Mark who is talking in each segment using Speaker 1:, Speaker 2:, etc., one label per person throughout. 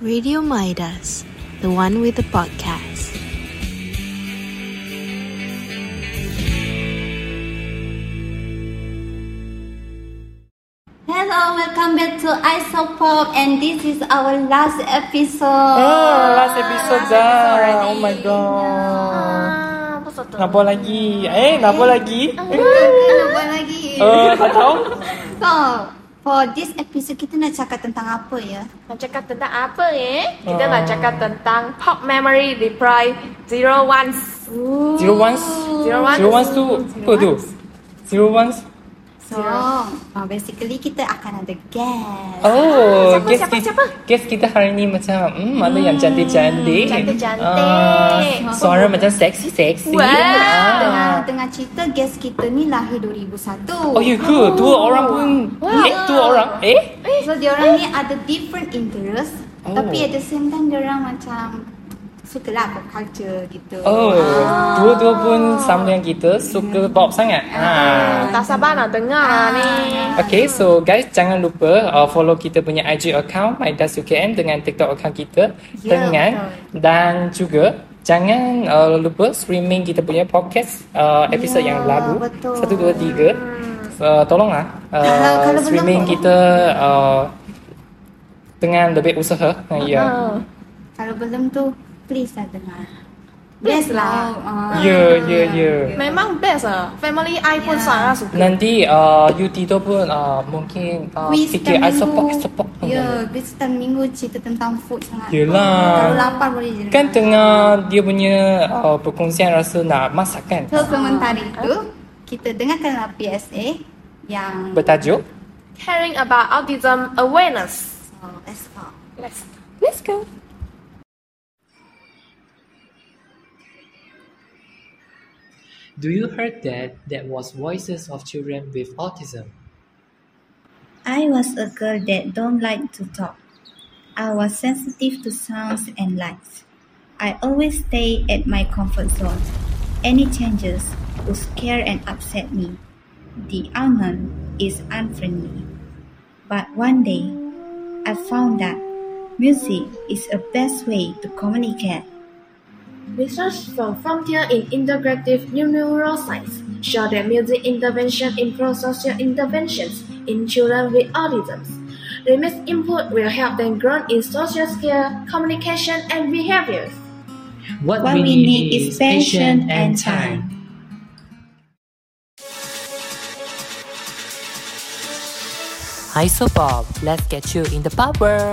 Speaker 1: Radio Midas, the one with the podcast.
Speaker 2: Hello, welcome back to Isopop, and this is our last episode.
Speaker 3: Oh, last episode
Speaker 2: Last
Speaker 3: dah.
Speaker 2: already.
Speaker 3: Oh my god.
Speaker 2: Ah, apa satu?
Speaker 3: Nak buat lagi? Eh, nak buat lagi?
Speaker 2: Nak buat lagi.
Speaker 3: Eh, tak tahu.
Speaker 2: So, for this episode kita nak cakap tentang apa ya?
Speaker 4: Nak cakap tentang apa eh? Kita
Speaker 3: Ah.
Speaker 4: nak cakap tentang pop memory reply 01.
Speaker 3: Zero ones.
Speaker 4: Zero ones.
Speaker 3: Zero ones tu apa tu? Zero ones.
Speaker 2: So, ah, basically kita akan ada guest.
Speaker 3: Oh,
Speaker 4: Siapa,
Speaker 3: guest
Speaker 4: siapa,
Speaker 3: kita,
Speaker 4: siapa?
Speaker 3: guest kita hari ni macam hmm, ada yang cantik-cantik.
Speaker 4: cantik-cantik.
Speaker 3: Ah, suara macam seksi-seksi.
Speaker 4: Wow.
Speaker 3: Ah.
Speaker 2: Tengah, tengah cerita guest kita ni lahir 2001.
Speaker 3: Oh, you good. Dua orang pun. Eh, dua orang. Eh?
Speaker 2: So diorang ni ada different interest
Speaker 3: Oh.
Speaker 2: Tapi at the same time diorang macam Suka lah pop culture gitu
Speaker 3: Oh, dua-dua pun sama dengan kita. Suka pop sangat. Ah.
Speaker 4: Tak sabar nak dengar
Speaker 5: Ah.
Speaker 4: ni.
Speaker 3: Okay, so guys jangan lupa uh, follow kita punya IG account Midas UKM dengan TikTok account kita
Speaker 2: Ya,
Speaker 3: dengan dan juga jangan uh, lupa streaming kita punya podcast uh, episode
Speaker 2: Ya,
Speaker 3: yang lalu
Speaker 2: betul.
Speaker 3: satu dua tiga uh, tolonglah uh,
Speaker 2: Kalau- kalau belum
Speaker 3: streaming
Speaker 2: follow.
Speaker 3: kita uh, dengan lebih usaha. Uh, ya.
Speaker 2: Ah. Kalau belum tu Please lah dengar Best lah Ah.
Speaker 3: Ya, ya, ya.
Speaker 4: Memang best ah. Family I pun sangat suka.
Speaker 3: Nanti uh, you Tito pun uh, mungkin uh,
Speaker 2: Quiz
Speaker 3: fikir I support, I
Speaker 2: minggu
Speaker 3: support.
Speaker 2: Ya, quiz time minggu cerita tentang food sangat
Speaker 3: Yelah.
Speaker 2: Kalau lapar boleh je
Speaker 3: Kan tengah dia punya uh, perkongsian rasa nak masak kan?
Speaker 2: So sementara itu Kita lah dengarkanlah PSA Yang
Speaker 3: Bertajuk?
Speaker 4: Caring about autism awareness.
Speaker 2: So, let's go
Speaker 4: Let's
Speaker 3: Let's go. Do you heard that? That was voices of children with autism.
Speaker 6: I was a girl that don't like to talk. I was sensitive to sounds and lights. I always stay at my comfort zone. Any changes would scare and upset me. The unknown is unfriendly. But one day, I found that music is a best way to communicate.
Speaker 5: Research from Frontier in Integrative Neuroscience show that music intervention improves social interventions in children with autism. Remix input will help them grow in social skill, communication, and behaviors.
Speaker 3: What,
Speaker 6: What we need is passion and time.
Speaker 3: Hi, so Bob. Let's get you in the power.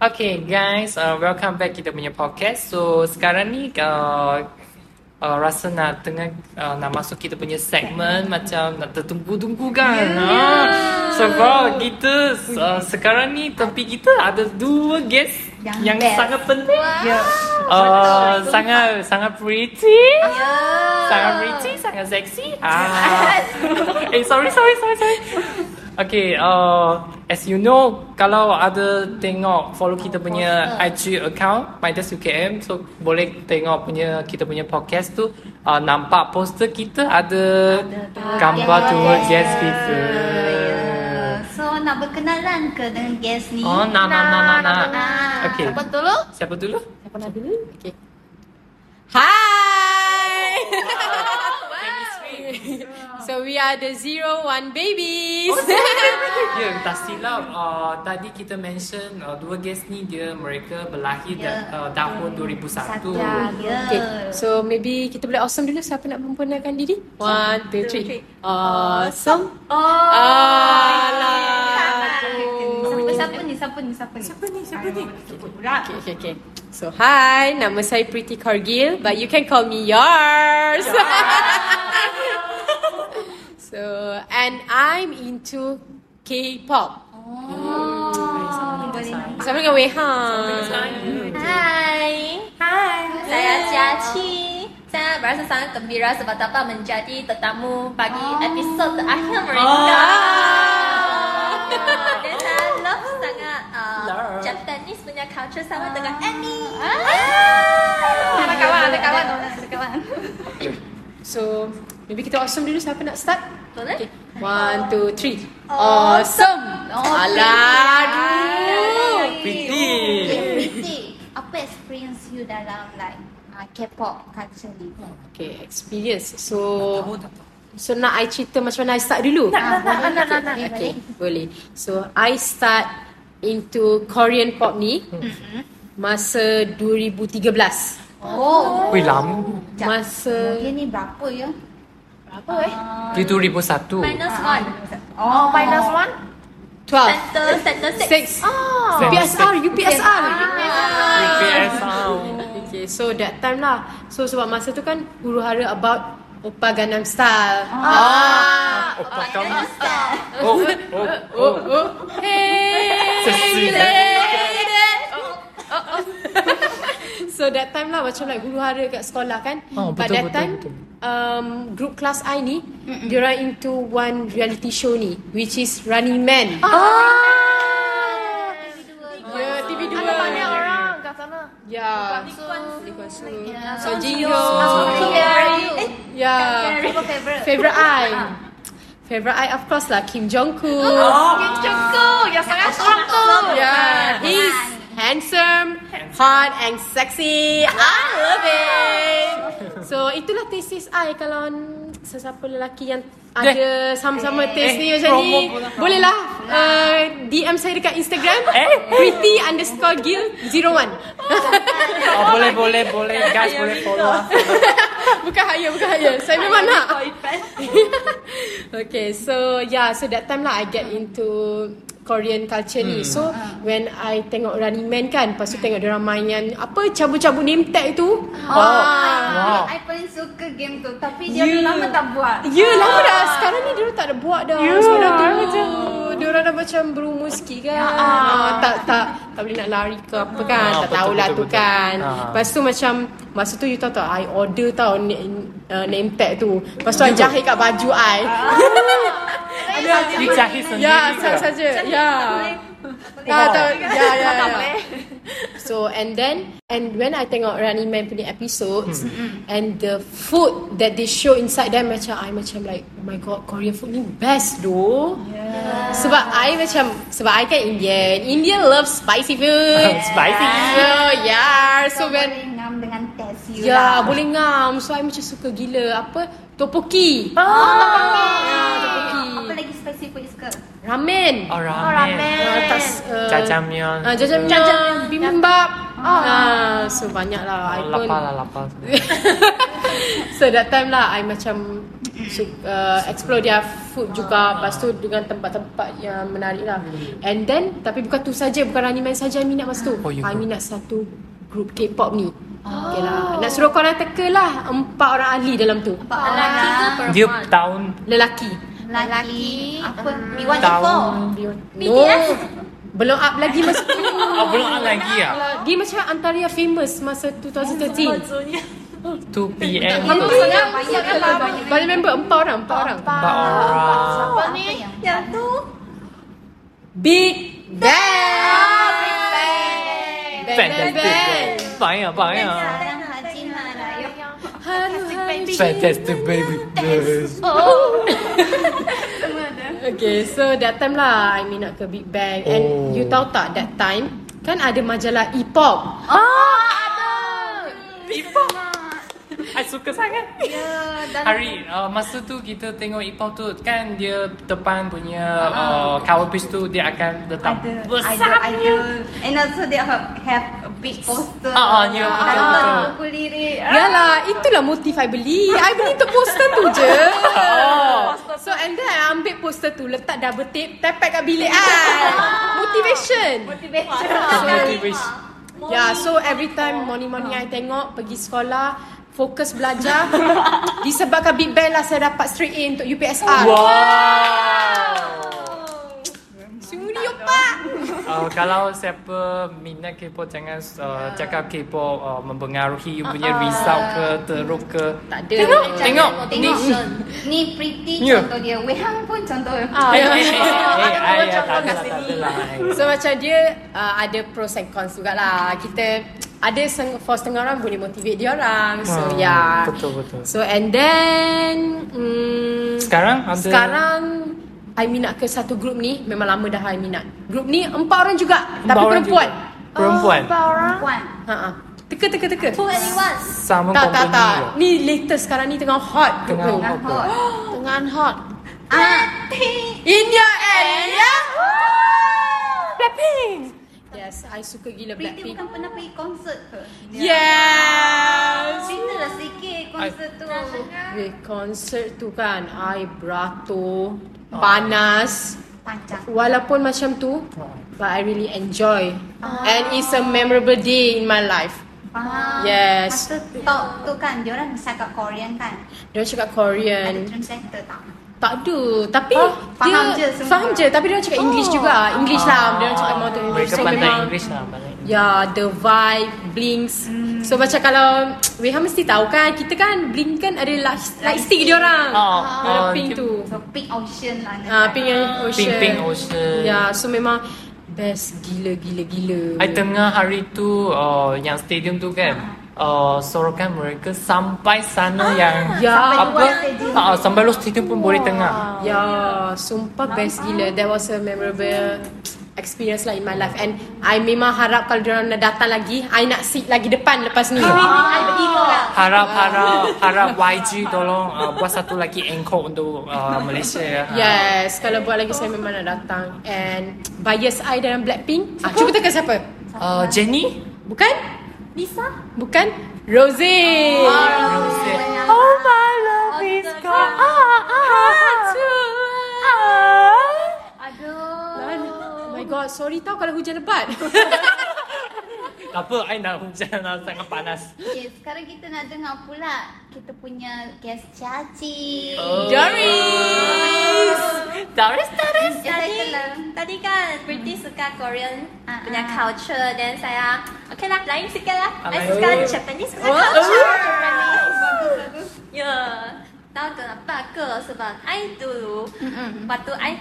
Speaker 3: Okay guys, uh, welcome back kita punya podcast. So sekarang ni uh, uh, rasa nak tengah uh, nak masuk kita punya segmen macam nak tertunggu-tunggu kan.
Speaker 2: Ya,
Speaker 3: Yeah. Sebab kita uh, sekarang ni topik kita ada dua guest
Speaker 2: Yang
Speaker 3: yang,
Speaker 2: best.
Speaker 3: sangat penting. Yeah. Uh, sangat sangat pretty.
Speaker 2: Ya.
Speaker 3: Sangat pretty, sangat sexy. Ah. eh sorry sorry sorry sorry. Okay, uh, as you know, kalau ada tengok follow kita punya IG account Midas UKM, so boleh tengok punya kita punya podcast tu uh, nampak poster kita ada, gambar
Speaker 2: guest.
Speaker 3: dua guest kita.
Speaker 2: So nak berkenalan ke dengan guest ni?
Speaker 3: Oh, nah nah nah nah. nah. Okay,
Speaker 4: Apa dulu?
Speaker 3: siapa dulu?
Speaker 4: Siapa nak dulu? Okay.
Speaker 7: Hi! so we are the zero one babies.
Speaker 3: Ya, tak silap uh, tadi kita mention uh, dua guest ni dia mereka berlahir
Speaker 2: Ya.
Speaker 3: da, uh, tahun 2001.
Speaker 2: Satu.
Speaker 3: Hmm.
Speaker 2: Ya.
Speaker 7: Okay, so maybe kita boleh awesome dulu siapa nak memperkenalkan diri? One, two, three. Awesome.
Speaker 2: Oh.
Speaker 7: Alah, aduh.
Speaker 2: Siapa, siapa ni? Siapa ni? Siapa ni? Siapa ni? Siapa ni?
Speaker 7: Okay, okay, okay. So hi, nama saya Pretty Cargill, but you can call me yours. so and I'm into K-pop.
Speaker 2: Oh, Boleh
Speaker 7: Sama dengan Weha.
Speaker 8: Hai. Hai. Saya Jiachi. Saya berasa sangat gembira sebab dapat menjadi tetamu bagi episod terakhir mereka. Oh. Dan saya love sangat uh, Japanese punya culture sama dengan Annie. Ah.
Speaker 4: Ada kawan, ada kawan.
Speaker 7: So, maybe kita awesome dulu siapa nak start?
Speaker 8: Boleh?
Speaker 7: One, two, three. Awesome. Alah.
Speaker 2: you dalam like uh, K-pop culture ni.
Speaker 7: Okay, experience. So, so nak I cerita macam mana I start dulu?
Speaker 2: Ah, boleh
Speaker 7: nak,
Speaker 2: ke?
Speaker 7: nak, nak.
Speaker 2: Boleh,
Speaker 7: Okay, boleh. So, I start into Korean pop ni Mm-hmm. masa 2013.
Speaker 2: Oh,
Speaker 3: Wih lama.
Speaker 7: Masa
Speaker 2: dia ni berapa ya?
Speaker 7: berapa eh?
Speaker 3: Dia 2001.
Speaker 8: Minus one.
Speaker 2: Oh, minus one?
Speaker 7: 12.
Speaker 8: Center, center six.
Speaker 7: Six. Oh.
Speaker 3: Six.
Speaker 7: PSR, UPSR. Ah.
Speaker 3: UPS tau.
Speaker 7: Okay, so that time lah. So sebab masa tu kan huru hara about Oppa Gangnam Style.
Speaker 3: Ah, opa kau. Oh, oh, oh.
Speaker 7: Oh, hey,
Speaker 3: Sexy.
Speaker 7: So that time lah macam like huru hara kat sekolah kan.
Speaker 3: Oh, betul,
Speaker 7: But that
Speaker 3: betul,
Speaker 7: time
Speaker 3: betul.
Speaker 7: um group class I ni dia orang into one reality show ni which is Running Man. Ah. Ya, TV2. Ada banyak orang kat sana. Ya. Yeah. So Jingyo.
Speaker 8: Yeah.
Speaker 7: Ya.
Speaker 2: Apa favorite?
Speaker 7: Favorite I. Favorite I of course lah Kim Jong Kook. Oh. Kim Jong Kook yang sangat strong tu. Yeah, he's handsome, hot and sexy. I love it. So itulah tesis I kalau n- sesiapa lelaki yang ada sama-sama taste ni macam ni Bolehlah uh, DM saya dekat Instagram Pretty underscore gil 01
Speaker 3: Oh, boleh, boleh, boleh. Guys, boleh follow. lah.
Speaker 7: Bukan haya, bukan haya. Saya memang nak. okay, so yeah, so that time lah I get into Korean culture
Speaker 3: Hmm.
Speaker 7: ni. So when I tengok Running Man kan, lepas tu tengok dia orang main yang apa cabut-cabut name tag tu.
Speaker 3: Oh, wow.
Speaker 7: Ah.
Speaker 2: I paling suka game tu tapi dia dah lama tak buat.
Speaker 7: Ya lama dah Sekarang ni diorang tak ada buat dah
Speaker 3: Ya.
Speaker 7: yeah, Sebab dah tua Diorang dah macam berumur sikit kan ah, Tak tak tak boleh nak lari ke apa
Speaker 3: Ah,
Speaker 7: kan Tak
Speaker 3: betul,
Speaker 7: tahulah
Speaker 3: betul,
Speaker 7: tu
Speaker 3: betul.
Speaker 7: kan
Speaker 3: Ah.
Speaker 7: Lepas tu macam Masa tu you tahu tak I order tau name, uh, name tag tu Lepas tu I
Speaker 3: Ya.
Speaker 7: jahit kat baju I
Speaker 3: Dia jahit sendiri.
Speaker 7: Ya
Speaker 3: ke?
Speaker 7: saya saja Ya Ah, tak, ya, ya, ya. So and then and when I tengok Running Man punya episodes and the food that they show inside them macam I macam like oh my god Korean food ni best doh. Yeah. Sebab I macam sebab I kan Indian. Indian love spicy food.
Speaker 3: Spicy.
Speaker 7: So yeah, so when
Speaker 2: boleh ngam dengan test you
Speaker 7: Ya,
Speaker 2: lah.
Speaker 7: boleh ngam. So I macam suka gila apa
Speaker 4: Oh,
Speaker 7: topoki. Ah, topoki.
Speaker 2: Apa lagi spesifik suka?
Speaker 7: Ramen.
Speaker 3: Oh, ramen.
Speaker 7: Ah, tas, uh,
Speaker 3: Jajangmyeon.
Speaker 7: Ah, jajangmyeon, bibimbap. Ah, so banyak lah. I pun.
Speaker 3: Lapar lah, lapar.
Speaker 7: so that time lah, I macam su- uh, explore their food juga. Lepas tu dengan tempat-tempat yang menarik lah. And then, tapi bukan tu saja, bukan Running Man saja I minat masa tu.
Speaker 3: Oh, you
Speaker 7: I
Speaker 3: group.
Speaker 7: minat satu grup K-pop ni. Okay lah. Nak suruh korang teka lah empat orang ahli dalam tu.
Speaker 8: Lelaki ke
Speaker 3: Dia
Speaker 8: perempuan?
Speaker 3: tahun
Speaker 7: Lelaki.
Speaker 2: Lelaki. Apa?
Speaker 3: Hmm. tahun.
Speaker 8: B124.
Speaker 7: BTS? belum up lagi masa tu.
Speaker 3: Oh, belum ada lagi ya.
Speaker 7: Dia macam antara yang famous masa
Speaker 3: 2
Speaker 7: 2013.
Speaker 3: PM.
Speaker 7: Memang sangat banyak lah. Banyak member empat orang, empat orang.
Speaker 3: Empat orang.
Speaker 2: Apa ni? Yang tu.
Speaker 7: Big Bang. Bang Bang Bang.
Speaker 3: Fantastic. Banyak, banyak.
Speaker 2: Yang Haji Marayu.
Speaker 3: Fantastic baby blues.
Speaker 7: Okay, so that time lah I minat ke Big Bang
Speaker 3: Oh.
Speaker 7: and you tahu tak that time kan ada majalah E-pop.
Speaker 3: I suka sangat. Hari uh, masa tu kita tengok Ipau tu kan dia depan punya uh, cover page tu dia akan letak
Speaker 2: Idol, idol. And also they have, have a big poster.
Speaker 3: Ah, ah, ya, betul,
Speaker 2: Dalam
Speaker 3: betul.
Speaker 2: buku lirik.
Speaker 7: Yalah, itulah motif I beli. I beli tu poster tu je. So and then I ambil poster tu, letak double tape, tepek kat bilik I. Motivation.
Speaker 3: motivation.
Speaker 7: Ya, yeah, so every time morning-morning I tengok pergi sekolah, fokus belajar. disebabkan Big Bang lah saya dapat straight A untuk UPSR.
Speaker 3: Wow.
Speaker 7: Suri opak.
Speaker 3: Uh, kalau siapa minat K-pop jangan uh, cakap K-pop uh, mempengaruhi you punya result ke teruk ke.
Speaker 7: Tak ada.
Speaker 3: Tengok, tengok.
Speaker 2: Tengok. Ni pretty
Speaker 3: Ya.
Speaker 2: contoh dia. Wehang pun contoh.
Speaker 7: Ah,
Speaker 3: Eh, eh,
Speaker 7: ya.
Speaker 3: eh, eh, eh,
Speaker 7: Ada
Speaker 3: ayah, tak ada
Speaker 7: macam kat
Speaker 3: lah, tak
Speaker 7: sini.
Speaker 3: ada lah.
Speaker 7: So macam dia uh, ada pros and cons juga lah. Kita ada seng, for setengah orang boleh motivate dia orang. So
Speaker 3: Ah,
Speaker 7: ya. Yeah.
Speaker 3: Betul, betul.
Speaker 7: So and then mm,
Speaker 3: Sekarang ada
Speaker 7: sekarang I minat ke satu grup ni Memang lama dah I minat Grup ni empat orang juga
Speaker 3: Empat
Speaker 7: Tapi
Speaker 3: orang
Speaker 7: perempuan Oh,
Speaker 3: juga. Perempuan.
Speaker 7: Empat orang
Speaker 2: Puan.
Speaker 7: Ha-ha. Teka teka teka.
Speaker 8: Two at once.
Speaker 3: Sama
Speaker 7: Tak tak
Speaker 3: company
Speaker 7: tak.
Speaker 3: juga.
Speaker 7: Ni latest sekarang ni tengah hot.
Speaker 3: Tengah
Speaker 7: Tengah,
Speaker 3: hot. apa?
Speaker 7: tengah hot.
Speaker 2: Ah,
Speaker 7: India and Blackpink. Yes, I suka gila
Speaker 2: Prita
Speaker 7: Blackpink.
Speaker 2: bukan pernah pergi konsert ke?
Speaker 7: Ya. Yes.
Speaker 2: Cerita lah sikit konsert tu.
Speaker 7: Weh, konsert tu kan air beratur, panas.
Speaker 2: Panjang.
Speaker 7: Walaupun macam tu, but I really enjoy. And it's a memorable day in my life.
Speaker 2: Faham.
Speaker 7: Yes.
Speaker 2: Masa talk tu kan, diorang cakap Korean kan?
Speaker 7: Dia cakap
Speaker 2: Ada
Speaker 7: Korean.
Speaker 2: translator tak?
Speaker 7: Tak ada. Tapi
Speaker 2: Oh,
Speaker 7: dia
Speaker 2: faham je semua. Oh. Ah.
Speaker 7: Faham je, tapi dia cakap English juga. English lah. Dia cakap mau tu English.
Speaker 3: Mereka
Speaker 7: So
Speaker 3: pandai
Speaker 7: memang
Speaker 3: English lah pandai English.
Speaker 7: Ya, the vibe, blinks. Hmm. So macam kalau Weha mesti tahu kan, kita kan blink kan ada light, light stick dia orang.
Speaker 3: Oh,
Speaker 7: Warna
Speaker 3: oh,
Speaker 7: pink
Speaker 3: dia-
Speaker 7: tu.
Speaker 2: So, Pink Ocean lah.
Speaker 7: Ah, pink and ocean.
Speaker 3: Pink Pink Ocean.
Speaker 7: Ya, yeah, so memang best gila gila gila.
Speaker 3: I tengah hari tu uh, yang stadium tu kan uh, sorokan mereka sampai sana yang
Speaker 7: ya.
Speaker 3: apa Ah, sampai luar stadium pun boleh tengah.
Speaker 7: Ya, yeah, sumpah best gila. That was a memorable experience lah in my life and I memang harap kalau dia orang nak datang lagi, I nak sit lagi depan lepas ni.
Speaker 2: I berikut lah.
Speaker 3: Harap harap harap YG tolong uh, buat satu lagi encore untuk uh, Malaysia ya.
Speaker 7: Yes, kalau buat lagi saya memang nak datang And bias I dalam Blackpink ah, Cuba tekan siapa?
Speaker 3: Uh, Jenny?
Speaker 7: Bukan?
Speaker 2: Lisa?
Speaker 7: Bukan? Rosé Ah,
Speaker 2: Oh my.
Speaker 7: ah, Oh my god, sorry tau kalau hujan lebat
Speaker 3: Tak apa, I nak hujan lah, sangat panas.
Speaker 2: Okay, sekarang kita nak dengar pula kita punya guest Caci.
Speaker 3: Oh. Doris! Doris, Doris!
Speaker 8: Tadi,
Speaker 2: Excited lah.
Speaker 8: tadi kan Pretty suka Korean
Speaker 2: Hmm. Ah,
Speaker 8: punya
Speaker 2: ah.
Speaker 8: culture Then saya Okay lah lain sikit lah
Speaker 3: Ah,
Speaker 8: I
Speaker 3: lain
Speaker 8: suka
Speaker 3: sikit.
Speaker 8: Japanese punya
Speaker 7: Oh,
Speaker 8: culture
Speaker 7: oh.
Speaker 8: Ya Tahu kenapa ke Sebab I dulu Waktu I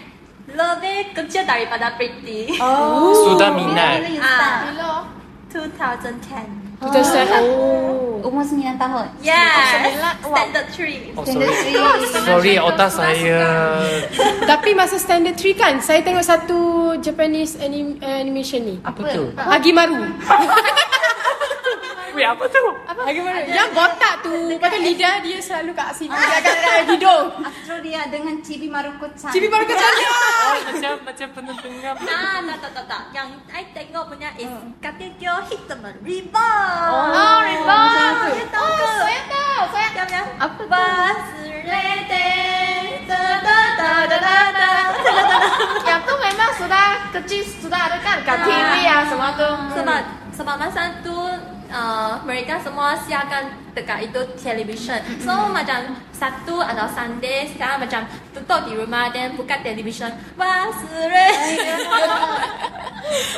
Speaker 8: Lebih kerja daripada Pretty
Speaker 2: Oh.
Speaker 3: Sudah
Speaker 2: Bila
Speaker 3: minat.
Speaker 2: you
Speaker 8: Ah.
Speaker 2: start?
Speaker 8: 2010
Speaker 7: Kita start Oh
Speaker 2: Umur 9 tahun.
Speaker 8: Yes Standard 3
Speaker 3: Oh,
Speaker 2: Standard
Speaker 3: sorry.
Speaker 2: three.
Speaker 3: Sorry, otak saya.
Speaker 7: Tapi masa standard 3 kan Saya tengok satu Japanese anim- animation ni
Speaker 3: Apa tu?
Speaker 7: Hagimaru
Speaker 3: Weh, apa tu?
Speaker 7: Apa? Hagimaru Yang botak tu Lepas tu lidah dia selalu kat sini Dia
Speaker 8: Ah.
Speaker 7: akan kat hidung
Speaker 2: Astro dia dengan Cibi Maruko-chan.
Speaker 7: Cipi baru kata dia
Speaker 3: Macam macam pernah dengar.
Speaker 8: Ah, tak, tak, tak, tak. Yang I tengok punya is Kategori Hitman Reborn.
Speaker 7: Oh, Reborn.
Speaker 8: You tahu ke? Oh, saya tahu. Saya tahu. Yang apa
Speaker 4: Yang tu memang sudah kecil sudah ada kan kat TV
Speaker 7: Ah.
Speaker 4: ya semua tu.
Speaker 8: Sebab sebab masa tu uh, mereka semua siarkan dekat itu television. So macam Sabtu atau Sunday sekarang macam tutup di rumah dan buka television. Wah, seru.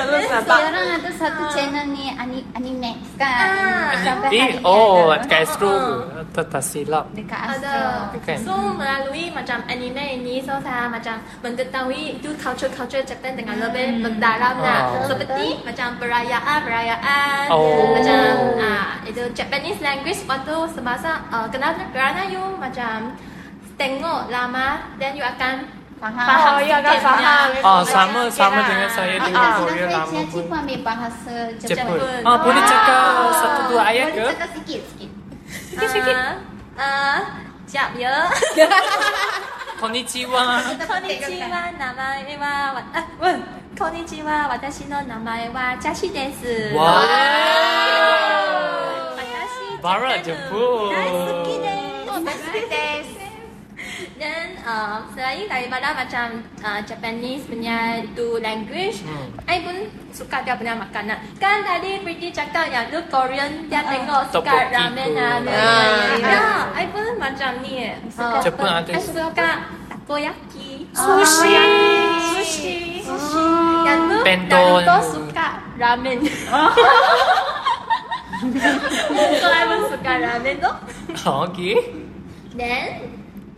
Speaker 4: Terus apa?
Speaker 2: Sekarang ada satu channel ni ani Animax kan.
Speaker 8: Ah.
Speaker 2: Sampai hari ni
Speaker 3: Eh, oh,
Speaker 2: ada.
Speaker 3: kat Astro. Tak, tak silap.
Speaker 2: dekat Astro.
Speaker 8: Ada.
Speaker 3: Bukan.
Speaker 8: So melalui macam anime ini so saya macam mengetahui itu culture-culture Jepun dengan
Speaker 4: Hmm.
Speaker 8: lebih mendalam
Speaker 3: Oh.
Speaker 8: lah. Seperti macam perayaan-perayaan
Speaker 3: Oh.
Speaker 8: macam ah itu Japanese language waktu semasa uh, kenapa kerana you macam tengok lama then you akan
Speaker 2: Faham.
Speaker 8: faham
Speaker 4: Oh, you akan
Speaker 8: sikitnya.
Speaker 4: faham.
Speaker 3: Oh, sama
Speaker 8: Ya.
Speaker 3: sama dengan saya
Speaker 2: Eh,
Speaker 3: dengan
Speaker 2: sedang
Speaker 3: Korea
Speaker 2: saya
Speaker 3: lama
Speaker 2: Caci
Speaker 3: pun.
Speaker 2: pun ambil bahasa
Speaker 3: Jepun.
Speaker 2: Jepun.
Speaker 3: Ah, boleh cakap satu dua ayat
Speaker 2: Boleh
Speaker 3: ke?
Speaker 2: cakap sikit-sikit.
Speaker 8: Sikit-sikit. Ah, siap ya.
Speaker 3: Konnichiwa.
Speaker 8: こんにちは、名前は、わあ、うん、こんにちは、私の名前はチャシです。
Speaker 3: Wow.
Speaker 8: 私、
Speaker 3: バラジャポン
Speaker 8: 大好きです。大好きです。Dan uh, selain daripada macam uh, Japanese punya tu language,
Speaker 3: Hmm.
Speaker 8: I pun suka dia punya makanan. Kan tadi Pretty cakap yang tu Korean dia tengok suka
Speaker 3: Ah, Tteokbokki
Speaker 8: ramen
Speaker 3: tu.
Speaker 8: lah.
Speaker 7: Ah.
Speaker 8: Ya, I pun macam ni. eh.
Speaker 2: Ah.
Speaker 8: Uh,
Speaker 3: Jepun ada.
Speaker 8: I suka takoyaki.
Speaker 7: Sushi
Speaker 8: Sushi. Sushi. Yang tu
Speaker 3: Bento.
Speaker 8: Naruto suka ramen. so I pun suka ramen tu.
Speaker 3: Okey.
Speaker 8: Then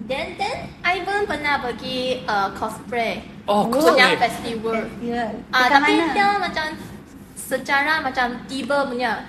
Speaker 8: then then I pun pernah pergi uh, cosplay.
Speaker 3: Oh,
Speaker 8: Punya
Speaker 3: cosplay.
Speaker 8: festival.
Speaker 2: Ya.
Speaker 8: Ah,
Speaker 2: Dekat
Speaker 8: tapi
Speaker 2: mana?
Speaker 8: dia macam secara macam tiba punya.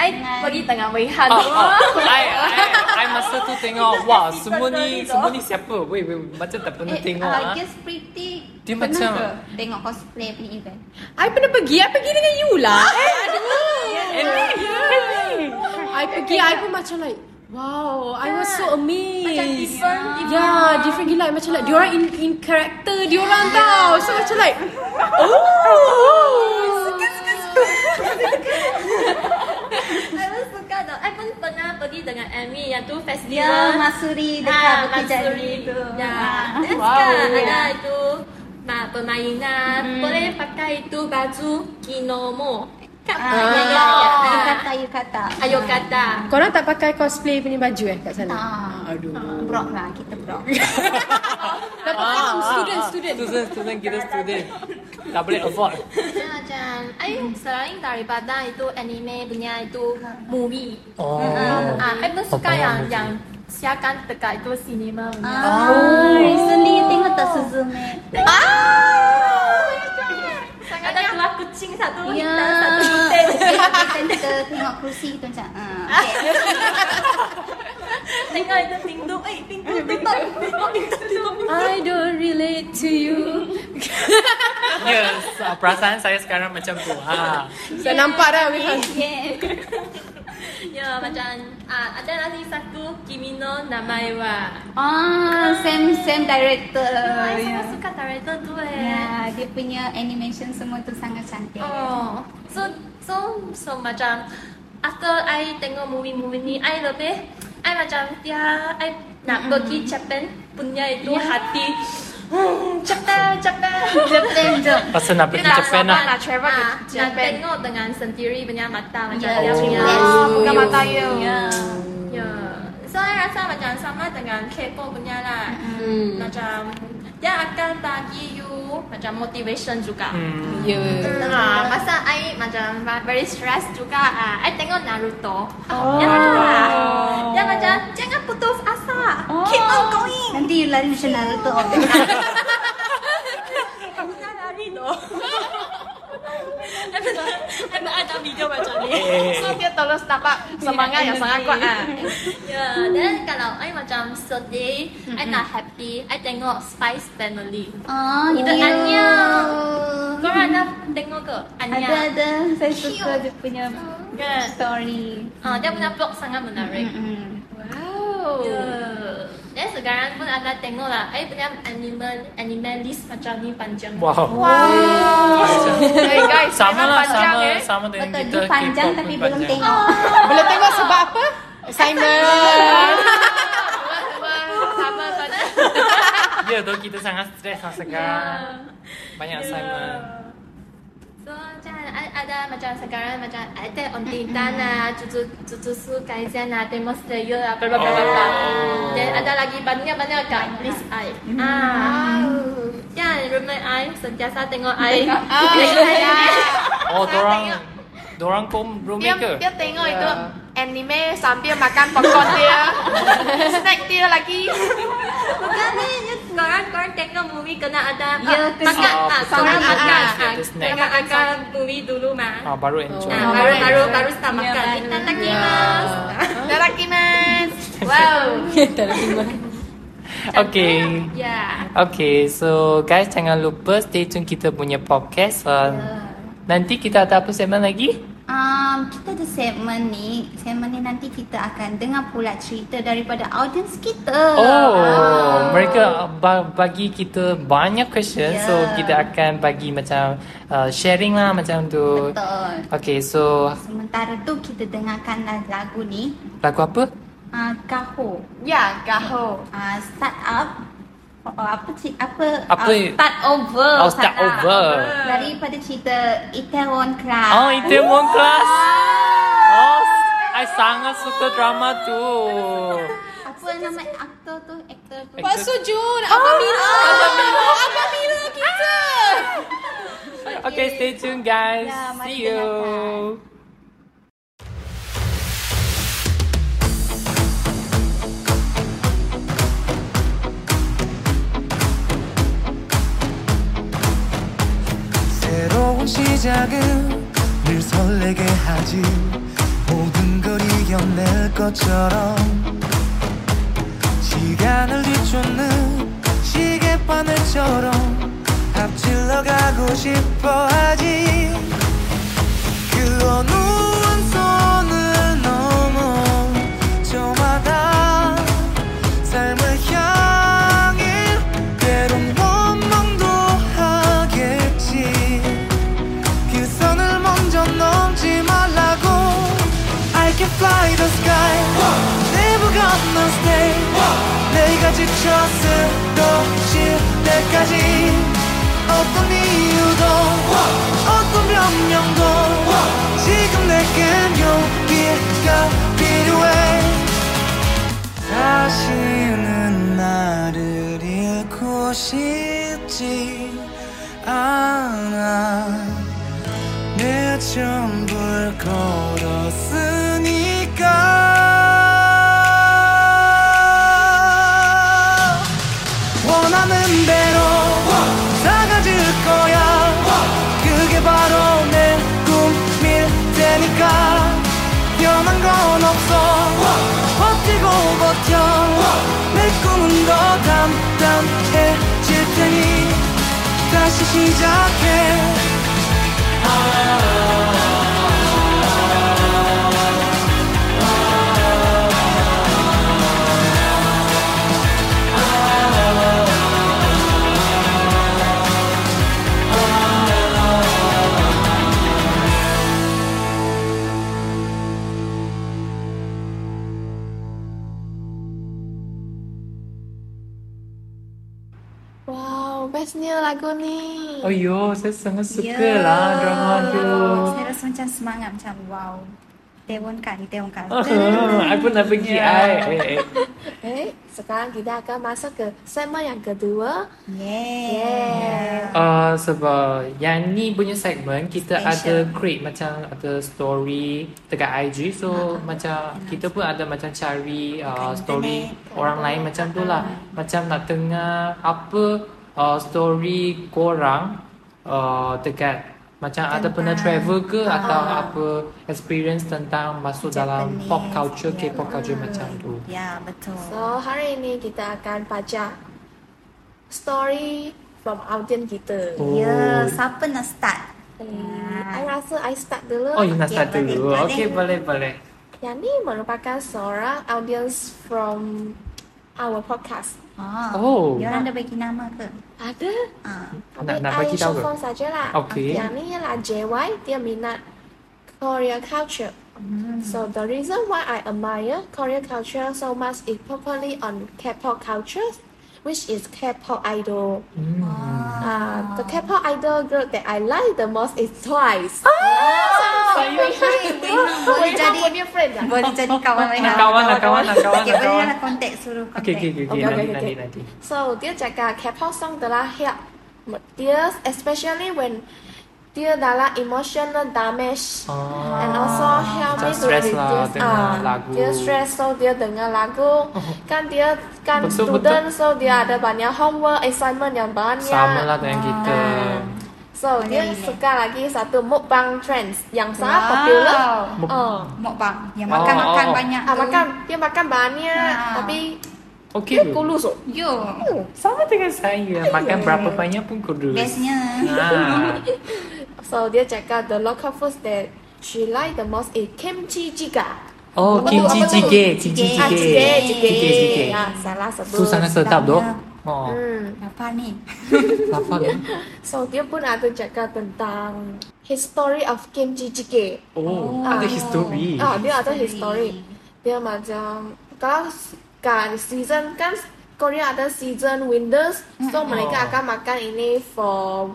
Speaker 8: I
Speaker 2: Dengan-
Speaker 8: pergi tengah Weihan.
Speaker 3: Oh, oh. I, I, I masa tu tengok, wah, semua ni, semua ni siapa? Weh, weh, macam tak pernah
Speaker 2: Eh,
Speaker 3: tengok.
Speaker 2: I
Speaker 3: ah.
Speaker 2: guess pretty.
Speaker 3: Dia
Speaker 2: pernah
Speaker 3: macam-
Speaker 2: ke tengok cosplay punya event.
Speaker 7: Eh, I
Speaker 8: Ah.
Speaker 7: pernah pergi I pergi dengan you lah
Speaker 3: Ellie, Ellie.
Speaker 7: I pergi I pun macam like Wow, I was so amazed.
Speaker 8: Macam different, different.
Speaker 7: Yeah, different gila. Macam like diorang in in character diorang tau. So macam like oh.
Speaker 8: I pun suka tau. I pun pernah pergi dengan Amy yang tu festival.
Speaker 2: Dia Ya, Masuri dekat
Speaker 8: Ah,
Speaker 2: Bukit Jari
Speaker 8: Matsuri.
Speaker 2: tu.
Speaker 8: Ya.
Speaker 2: Ah.
Speaker 8: Terus
Speaker 7: Wow.
Speaker 8: kan ada itu ma- permainan. Boleh pakai itu baju kimono. Kat
Speaker 2: Ah, ya, ya, ya. Yukata, Yukata.
Speaker 8: Ayo kata.
Speaker 7: Korang tak pakai cosplay punya baju eh kat sana?
Speaker 2: Ah.
Speaker 3: Aduh.
Speaker 2: Brok lah, kita brok.
Speaker 7: Tak pakai
Speaker 3: Ah,
Speaker 7: I'm
Speaker 3: ah,
Speaker 7: student,
Speaker 3: ah.
Speaker 7: student.
Speaker 3: Student, student, kita student. Tak boleh afford.
Speaker 8: Macam, I selain daripada itu anime punya itu movie.
Speaker 3: Oh.
Speaker 8: Ah, I pun
Speaker 3: Oh,
Speaker 8: suka yang
Speaker 3: movie.
Speaker 8: yang siakan dekat itu cinema punya.
Speaker 2: Ah, recently tengok tak Suzume?
Speaker 8: Ah. Ada keluar kucing satu
Speaker 2: Ya.
Speaker 8: hitam satu
Speaker 2: Kita kita tengok kursi tu macam. Ah, okay.
Speaker 8: Tengok itu tingtung, eh tingtung, tingtung, tingtung, tingtung, tingtung.
Speaker 7: I don't relate to you.
Speaker 3: Yes, ah, perasaan saya sekarang macam tu. Ha.
Speaker 7: Saya nampak dah Wihan.
Speaker 8: Ya macam ah, ada lagi satu Kimino Namaiwa.
Speaker 2: Ah, same same director.
Speaker 8: Ah, Saya
Speaker 2: Ya.
Speaker 8: sangat suka director tu eh.
Speaker 2: Ya, dia punya animation semua tu sangat cantik.
Speaker 8: Oh, so so so macam after I tengok movie-movie ni, I lebih I macam dia I nak pergi Japan punya itu hati. Hmm, Japan, Japan.
Speaker 2: Japan tu.
Speaker 3: Pasal nak pergi
Speaker 8: nak
Speaker 3: Japan
Speaker 8: sabar
Speaker 3: lah.
Speaker 4: nak travel ke
Speaker 8: Ah, nak
Speaker 4: Japan.
Speaker 8: tengok dengan sendiri punya mata macam
Speaker 2: Ya,
Speaker 8: dia punya.
Speaker 2: yes.
Speaker 4: Bukan mata you.
Speaker 8: Ya. Saya rasa macam sama dengan K-pop punya lah. Macam dia akan bagi you macam motivation juga.
Speaker 3: Hmm.
Speaker 7: Ya.
Speaker 8: Ah, masa I macam very stress juga. ah, I tengok Naruto. Oh. Dia macam, dia macam jangan putus asa. Keep on going.
Speaker 2: Nanti you lari macam Naruto. Oh.
Speaker 8: Nak lari tu. Ada ada video macam ni.
Speaker 3: Eh.
Speaker 4: So dia terus nampak semangat yang sangat kuat ah.
Speaker 8: Ya, dan kalau I macam sedih, I nak happy, I tengok Spice Family.
Speaker 2: Oh,
Speaker 8: Itu
Speaker 2: cute.
Speaker 8: Anya. Korang ada tengok ke? Anya. Kan?
Speaker 2: Ada ada. Saya suka dia punya story.
Speaker 8: Ah, dia punya vlog sangat menarik.
Speaker 2: Mm-mm.
Speaker 8: Wow. Dan sekarang pun ada tengok lah. I punya animal animal list macam ni panjang.
Speaker 3: Wow.
Speaker 7: Oh.
Speaker 4: Hey guys,
Speaker 3: Sama
Speaker 4: memang
Speaker 3: lah,
Speaker 4: panjang
Speaker 3: sama,
Speaker 4: eh.
Speaker 3: sama dengan
Speaker 2: Betul,
Speaker 3: kita.
Speaker 2: dia panjang
Speaker 3: K-pop
Speaker 2: tapi
Speaker 3: pun
Speaker 2: belum
Speaker 3: panjang.
Speaker 2: tengok.
Speaker 7: Belum tengok sebab apa? Assignment.
Speaker 4: Sama saja.
Speaker 3: Ya, tu kita sangat stres lah sekarang. Banyak assignment.
Speaker 8: So macam a- ada macam sekarang macam ada on Titan lah, cucu cucu su kaisian lah, demo slayer lah, bla bla bla bla, bla. Dan ada lagi banyak banyak kat list I. Ah. Ya, roommate I sentiasa tengok I.
Speaker 3: Oh, dorang, dorang kom
Speaker 4: Dia
Speaker 3: roommate ke?
Speaker 4: dia tengok itu anime sambil makan popcorn dia. Snack dia lagi.
Speaker 8: Bukan ni, ni korang korang tengok movie kena ada
Speaker 2: Ya,
Speaker 8: ah,
Speaker 2: ke-
Speaker 8: makan,
Speaker 3: Oh,
Speaker 8: ah,
Speaker 3: ke-
Speaker 8: korang
Speaker 3: snack.
Speaker 8: makan,
Speaker 3: Ah,
Speaker 8: ah,
Speaker 3: ke snack.
Speaker 8: kena makan movie dulu mah.
Speaker 3: Ah, baru enjoy.
Speaker 8: Ah, baru baru baru start makan.
Speaker 2: baru.
Speaker 8: Kita tak mas.
Speaker 4: Tadakimasu. Wow.
Speaker 3: Okay.
Speaker 8: Ya.
Speaker 3: Okay, so guys jangan lupa stay tune kita punya podcast. Uh, Nanti kita ada apa segmen lagi?
Speaker 2: Um, kita ada segmen ni Segmen ni nanti kita akan dengar pula cerita daripada audience kita Ah,
Speaker 3: Oh, mereka ba- bagi kita banyak question, so
Speaker 2: Yeah.
Speaker 3: kita akan bagi macam uh, sharing lah macam tu.
Speaker 2: Betul
Speaker 3: Okay, so
Speaker 2: Sementara tu kita dengarkanlah lagu ni
Speaker 3: lagu apa?
Speaker 2: uh, Kaho
Speaker 4: Ya, gaho.
Speaker 2: uh, Start Up oh, oh, apa ci- apa,
Speaker 3: Apa
Speaker 2: uh,
Speaker 3: ni?
Speaker 2: Start Over
Speaker 3: Oh, start over.
Speaker 2: Daripada cerita Itaewon Class
Speaker 3: Oh, Itaewon Class. Oh, I sangat suka drama tu.
Speaker 2: Apa nama aktor tu? Aktor tu
Speaker 7: Pak Sujun,
Speaker 4: Ah.
Speaker 7: Abang Mira. Abang Mira, Abang Mira kita.
Speaker 3: Okay, stay tune guys.
Speaker 2: Yeah, mari
Speaker 3: See you.
Speaker 2: dengarkan.
Speaker 9: 새로운 시작은 늘 설레게 하지 모든 걸 이겨낼 것처럼 시간을 뒤쫓는 시계바늘처럼 앞질러 가고 싶어 하지 그 어느 한 선을 넘어 그 지쳤을 것일 때까지 어떤 이유도 어떤 변명도 지금 내겐 용기가 필요해 다시는 나를 잃고 싶지 않아 내 전부를 걸었으니까 원하는 대로 사가질 거야 그게 바로 내 꿈일 테니까 변한 건 없어 버티고 버텨 내 꿈은 더 담담해질 테니 다시 시작해
Speaker 4: Wow, bestnya lagu ni.
Speaker 3: Oh yo, saya sangat suka
Speaker 2: Ya.
Speaker 3: lah drama tu.
Speaker 2: Saya rasa macam semangat macam wow. Tewon kan, tewon kan.
Speaker 3: I pun nak pergi. I, eh, eh.
Speaker 5: Baik, sekarang kita akan masuk ke segmen yang kedua.
Speaker 2: Yeah.
Speaker 3: Uh, sebab yang ni punya segmen kita
Speaker 2: Special.
Speaker 3: ada create macam ada story dekat IG
Speaker 2: Ha,
Speaker 3: so macam kita pun ada macam cari uh, story orang lain macam tu
Speaker 2: Ha,
Speaker 3: lah macam nak dengar apa uh, story korang uh, dekat macam ada pernah travel
Speaker 2: ha,
Speaker 3: ke atau apa experience tentang masuk dalam pop culture K-pop culture macam tu
Speaker 2: Ya, yeah, betul.
Speaker 5: So, hari ini kita akan baca story from audience kita. Eh,
Speaker 3: Oh.
Speaker 2: Ya, siapa nak start?
Speaker 4: Hmm.
Speaker 5: I rasa I start dulu.
Speaker 3: Oh, you nak
Speaker 2: Okey,
Speaker 3: start
Speaker 2: boleh,
Speaker 3: dulu.
Speaker 2: boleh.
Speaker 3: Okay, boleh, boleh.
Speaker 5: Yang ni merupakan seorang audience from our podcast.
Speaker 2: Oh.
Speaker 3: Oh.
Speaker 2: Diorang dah bagi nama ke?
Speaker 5: Ada?
Speaker 2: Ah.
Speaker 3: Nak, nak
Speaker 5: I
Speaker 3: bagi tahu ke?
Speaker 5: confirm sajalah.
Speaker 3: Okey.
Speaker 5: Yang ni ialah JY, dia minat Korean culture. So the reason why I admire Korean culture so much is probably on K-pop culture, which is K-pop idol.
Speaker 2: Oh,
Speaker 3: Hmm.
Speaker 5: Uh, the K-pop idol group that I like the most is Twice.
Speaker 2: Boleh jadi
Speaker 5: Korean friend lah.
Speaker 2: boleh jadi kawan Rehan.
Speaker 3: Kawan lah, kawan lah, kawan
Speaker 2: Okey,
Speaker 3: lah,
Speaker 2: boleh
Speaker 3: kawan.
Speaker 2: lah kontak suruh kontak.
Speaker 3: Okay, okay, okay, okay.
Speaker 2: Oh,
Speaker 5: Okay,
Speaker 3: nanti,
Speaker 5: okay,
Speaker 3: nanti,
Speaker 5: okay.
Speaker 3: nanti.
Speaker 5: So dia cakap K-pop song telah help dia especially when dia dalam emotional damage
Speaker 3: Oh,
Speaker 5: and also help
Speaker 3: macam
Speaker 5: me to
Speaker 3: stress
Speaker 5: reduce
Speaker 3: lah dengar
Speaker 5: ah,
Speaker 3: lagu.
Speaker 5: dia stress so dia dengar lagu kan dia kan
Speaker 3: Betul,
Speaker 5: student so dia ada banyak homework assignment yang banyak
Speaker 3: Sama lah dengan kita.
Speaker 5: so dia
Speaker 2: Boleh.
Speaker 5: suka lagi satu mukbang trends yang sangat
Speaker 2: Wow.
Speaker 5: popular oh.
Speaker 2: Mukbang. Yang
Speaker 3: Oh,
Speaker 2: makan-makan
Speaker 3: oh, oh.
Speaker 2: banyak
Speaker 5: Ah,
Speaker 2: tu.
Speaker 5: makan dia makan banyak
Speaker 2: Ah.
Speaker 5: tapi
Speaker 3: Okay
Speaker 5: dia
Speaker 3: tu.
Speaker 5: kurus oh.
Speaker 2: Yo,
Speaker 3: Sama dengan saya. Makan berapa banyak pun kurus.
Speaker 2: bestnya.
Speaker 3: Ah.
Speaker 5: So dia cakap the local food that she like the most is kimchi jjigae.
Speaker 3: Oh,
Speaker 5: Apa tu,
Speaker 3: kimchi
Speaker 5: apa tu?
Speaker 3: jjigae. Kimchi
Speaker 2: Jjigae.
Speaker 5: Ah, jjigae,
Speaker 3: jjigae. Jjigae,
Speaker 5: jjigae.
Speaker 3: jjigae.
Speaker 5: Ah, salah sebut.
Speaker 3: Itu sangat sedap dok. Oh,
Speaker 5: Hmm.
Speaker 2: Apa ni?
Speaker 3: lapar dok.
Speaker 5: So dia pun ada cakap tentang history of kimchi jjigae.
Speaker 3: Oh, ada history.
Speaker 5: Ah, dia ada history. Dia macam kalau s- kan season kan Korea ada season winters, so mereka akan makan ini for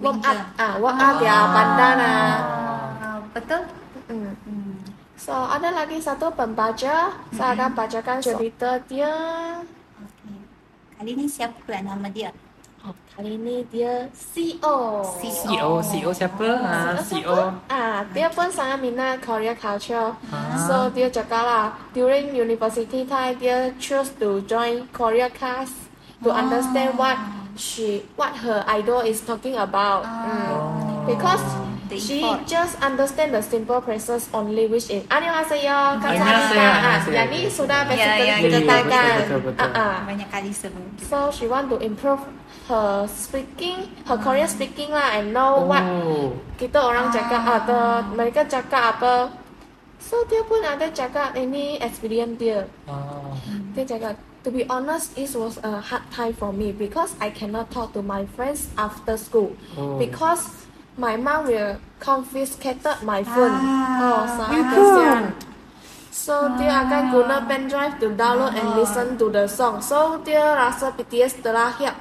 Speaker 5: warm up, ah warm up ya badan ah.
Speaker 2: Ah, betul?
Speaker 5: Mm. So ada lagi satu pembaca Saya akan bacakan cerita dia
Speaker 2: Okey. Kali ni siapa pula nama dia?
Speaker 5: oh, Kali ini dia E CEO
Speaker 2: CEO.
Speaker 3: CEO, CEO siapa? Ah, CEO.
Speaker 5: Ah, dia pun sangat minat Korea culture.
Speaker 3: Ah.
Speaker 5: So dia cakap lah, during university time dia choose to join Korea class to
Speaker 3: Ah.
Speaker 5: understand what she what her idol is talking about.
Speaker 3: Ah.
Speaker 5: Mm. Because
Speaker 2: The
Speaker 5: she
Speaker 2: effort.
Speaker 5: just understand the simple phrases only which is
Speaker 3: 안녕하세요,
Speaker 5: 안녕하세요, 감사합니다.
Speaker 3: 안녕하세요.
Speaker 5: ah." Yang ni sudah
Speaker 2: Ya,
Speaker 5: basically
Speaker 2: ya,
Speaker 5: kita
Speaker 2: ya,
Speaker 5: tahu
Speaker 3: betul,
Speaker 5: kan.
Speaker 3: betul, betul.
Speaker 5: Ah, ah.
Speaker 2: Banyak kali sebelum.
Speaker 5: So she want to improve her speaking, her Korean speaking lah and know what
Speaker 3: Oh.
Speaker 5: kita orang cakap ada mereka cakap apa so dia pun ada cakap ini experience dia
Speaker 3: Ah.
Speaker 5: dia cakap to be honest it was a hard time for me because I cannot talk to my friends after school
Speaker 3: Oh.
Speaker 5: because my mom will confiscated my phone
Speaker 2: Ah,
Speaker 5: oh sangat kesian So dia akan guna pendrive to download and listen to the song. So dia rasa BTS telah help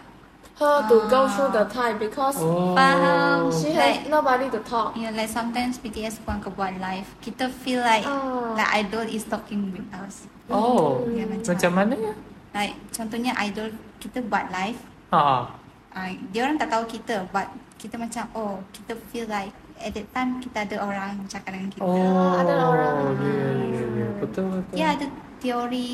Speaker 5: her to go through the time because
Speaker 3: Oh.
Speaker 2: Faham.
Speaker 5: she
Speaker 2: Like,
Speaker 5: has nobody to talk.
Speaker 2: Yeah, like sometimes BTS pun kebuat live. Kita feel like
Speaker 5: Oh.
Speaker 2: like idol is talking with us.
Speaker 3: Oh,
Speaker 2: Ya, macam-
Speaker 3: macam mana ya?
Speaker 2: Like contohnya idol kita buat live,
Speaker 3: Ah,
Speaker 2: uh, dia orang tak tahu kita, but kita macam oh kita feel like at that time kita ada orang cakap dengan kita.
Speaker 3: oh,
Speaker 5: ada orang.
Speaker 3: Ya, ya, ya. Betul, betul.
Speaker 2: Dia ada teori